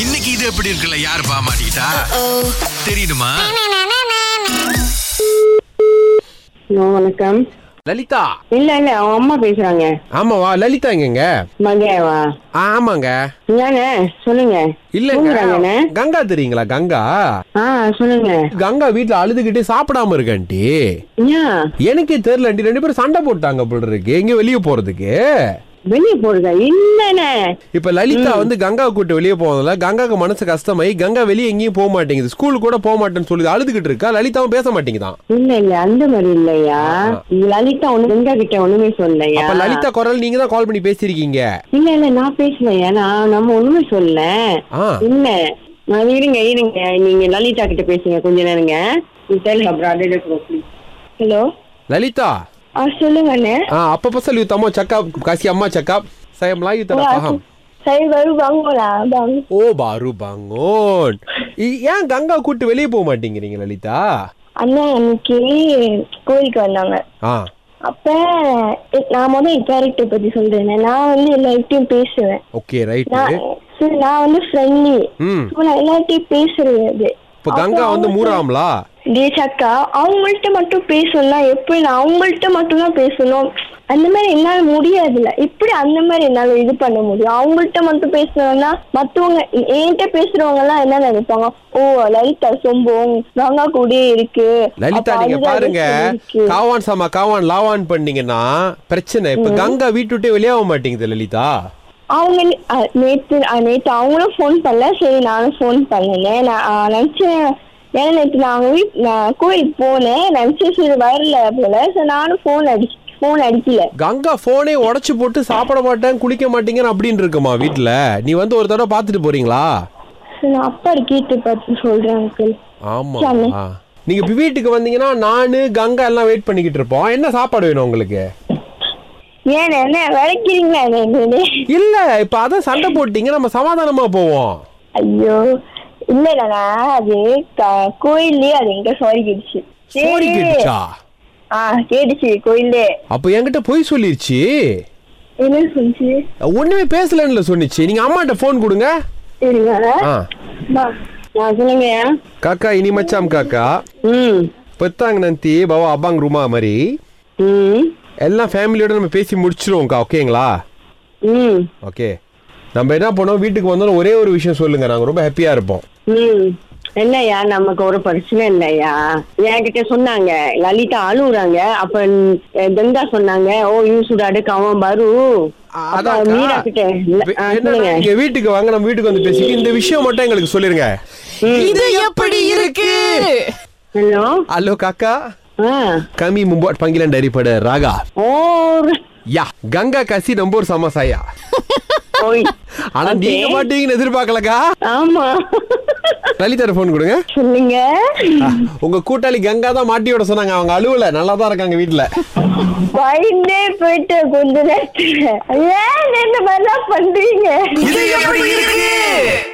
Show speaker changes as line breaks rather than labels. இன்னைக்கு இது எப்படி இருக்குல்ல யார் பாமாட்டா தெரியுமா
ஹலோ, வணக்கம்
லலிதா
இல்ல இல்ல அவங்க அம்மா பேசுறாங்க
ஆமாவா லலிதா எங்கங்க
மகேவா
ஆ, ஆமாங்க
இந்தாங்க சொல்லுங்க
இல்லங்க
தூங்குறாங்கண்ணே.
கங்கா தெரியுங்களா கங்கா
ஆ சொல்லுங்க
கங்கா வீட்ல அழுதுகிட்டே சாப்பிடாம இருக்கான்ட்டி
ஏன்
எனக்கே தெரியல ஆண்டி ரெண்டு பேரும் சண்டை போட்டாங்க போல இருக்கு எங்க வெளிய போறதுக்கு
வெளியே போடுங்க இல்லண்ணே
இப்ப லலிதா வந்து கங்கா கூட்டு வெளிய போவதில்ல கங்காக்கு மனசு கஷ்டமாயி கங்கா வெளிய எங்கேயும் போக மாட்டேங்குது ஸ்கூல் கூட போக மாட்டேன்னு சொல்லி அழுதுகிட்டு இருக்கா லலிதாவும் பேச மாட்டேங்குதான்
இல்ல இல்ல அந்த மாதிரி இல்லையா இது லலிதா ஒண்ணு கங்கா கிட்ட ஒண்ணுமே சொல்லலையா
அப்ப லலிதா குரல் நீங்க தான் கால் பண்ணி பேசிருக்கீங்க
இல்ல இல்ல நான் பேசலையா நான் நம்ம ஒண்ணுமே சொல்லல
ஆ
இல்ல நான் இருங்க இருங்க நீங்க லலிதா கிட்ட பேசுங்க கொஞ்ச நேரங்க ஹலோ
லலிதா
ஆ சொல்லுங்க அண்ணே
ஆ அப்ப பசல் யூ தமோ சக்காப் காசி அம்மா சக்காப் சயம்லா யூ தர பஹம்
சரி வரும் வாங்கோடா வாங்க
ஓ பாரு பங்கோன் இ- ஏன் கங்கா கூட்டு வெளியே போக மாட்டேங்கிறீங்க லலிதா
அண்ணா அன்னைக்கு கோயிலுக்கு வந்தாங்க
ஆ
அப்ப எ- நான் முதல் கேரக்டர் பத்தி சொல்றேன் நான் வந்து எல்லார்கிட்டயும் பேசுவேன்
ஓகே ரைட்
நான் சரி, நான் வந்து ஃப்ரெண்ட்லி
ம்
நான் எல்லார்கிட்டயும் பேசுறது அது
இப்போ கங்கா வந்து மூறாம்லா
டே சக்கா அவங்கள்ட்ட மட்டும் பேசணும்னா எப்படி நான் அவங்கள்ட்ட மட்டும் தான் பேசணும் அந்த மாதிரி என்னால முடியாதுல்ல இப்படி அந்த மாதிரி என்னால இது பண்ண முடியும் அவங்கள்ட்ட மட்டும் பேசணும்னா மத்தவங்க என்கிட்ட பேசுறவங்க எல்லாம் என்ன நினைப்பாங்க ஓ லலிதா சொம்பம் கங்கா கூடயே இருக்கு
லலிதா
அப்ப
நீங்க
அதுதான்
பாருங்க
இருக்கு.
காவான் சாமா காவான் லாவான் பண்ணீங்கன்னா பிரச்சனை இப்ப கங்கா வீட்டு விட்டே வெளியே ஆக மாட்டேங்குது லலிதா
அவங்க நே- அ, நேத்து அ, நேத்து அவங்களும் ஃபோன் பண்ணல சரி நானும் ஃபோன் பண்ணேன் நான் அ, நினைச்சேன் ஏன்னா நேத்து நான் அவங்க வீட் நான் கோயிலுக்கு போனேன் நினைச்சேன் சரி வரல போல சோ நானும் ஃபோன் அடி ஃபோன் அடிக்கல
கங்கா போனே உடைச்சு போட்டு சாப்பிட மாட்டேன் குளிக்க மாட்டேங்கிறேன் அப்படின்னு இருக்குமா வீட்டுல நீ வந்து ஒரு தடவை பார்த்துட்டு போறீங்களா
சோ நான் அப்பா கேட்டு பார்த்து சொல்றேன் அங்கிள்
ஆமா நீங்க இப்ப வீட்டுக்கு வந்தீங்கன்னா நானு கங்கா எல்லாம் வெயிட் பண்ணிக்கிட்டு இருப்போம் என்ன சாப்பாடு வேணும் உங்களுக்கு
ஏன் என்ன விளக்கிறீங்களா என்ன
இல்ல இப்ப அதான் சண்டை போட்டீங்க நம்ம சமாதானமா போவோம்
ஐயோ இல்ல இல்லண்ணா அது க- கோயில்லயே அது எங்க சாரி கேட்டுச்சு
சோரி கேட்டுச்சா
ஆ கேட்டுச்சு கோயிலே
அப்ப என்கிட்ட பொய் சொல்லிருச்சு
என்ன சொல்லுச்சு
ஒண்ணுமே பேசலன்னு சொன்னிச்சு நீங்க அம்மாட்ட போன் கொடுங்க
சரிங்க
ஆ.
நான் சொல்லுங்க
காக்கா இனி மச்சாம் காக்கா
ம்
பெத்தாங்க நந்தி பவா அப்பாங் ரூமா மாதிரி
ம்
எல்லாம் ஃபேமிலியோட நம்ம பேசி முடிச்சிருவோம்க்கா ஓகேங்களா
ம்
ஓகே நம்ம என்ன பண்ணோம் வீட்டுக்கு வந்தோம் ஒரே ஒரு விஷயம் சொல்லுங்க நாங்க ரொம்ப ஹாப்பியா இருப்போம்
ம் இல்லையா நமக்கு ஒரு பிரச்சனை இல்லையா என்கிட்ட சொன்னாங்க லலிதா அழுகுறாங்க அப்ப அஹ், கங்கா சொன்னாங்க ஓ யூ சுடாடு கவன் பாரு
அதான்
அப்ப மீரா கிட்ட இல்ல, ஆ, சொல்லுங்க
நீங்க வீட்டுக்கு வாங்க நம்ம வீட்டுக்கு வந்து பேசிட்டு இந்த விஷயம் மட்டும் எங்களுக்கு சொல்லிருங்க
இது எப்படி இருக்கு
ஹலோ
ஹலோ காக்கா
ஆ
கமி மும்பாட் பங்கிலன் அடிப்பட ராகா
ஓர்
யா கங்கா கசி நம்பூர் சமசாயா
ஓய்
ஆனா நீங்க மாட்டீங்கன்னு எதிர்பார்க்கலக்கா
ஆமா
லலிதா போன் கொடுங்க
சொல்லுங்க
உங்க கூட்டாளி கங்கா தான் மாட்டியோட சொன்னாங்க அவங்க அழுவல நல்லா தான் இருக்காங்க வீட்டுல
பயந்தே போயிட்டு கொஞ்ச நேரத்துல ஏன் இந்த மாதிரிலாம் பண்றீங்க
இது எப்படி இருக்கு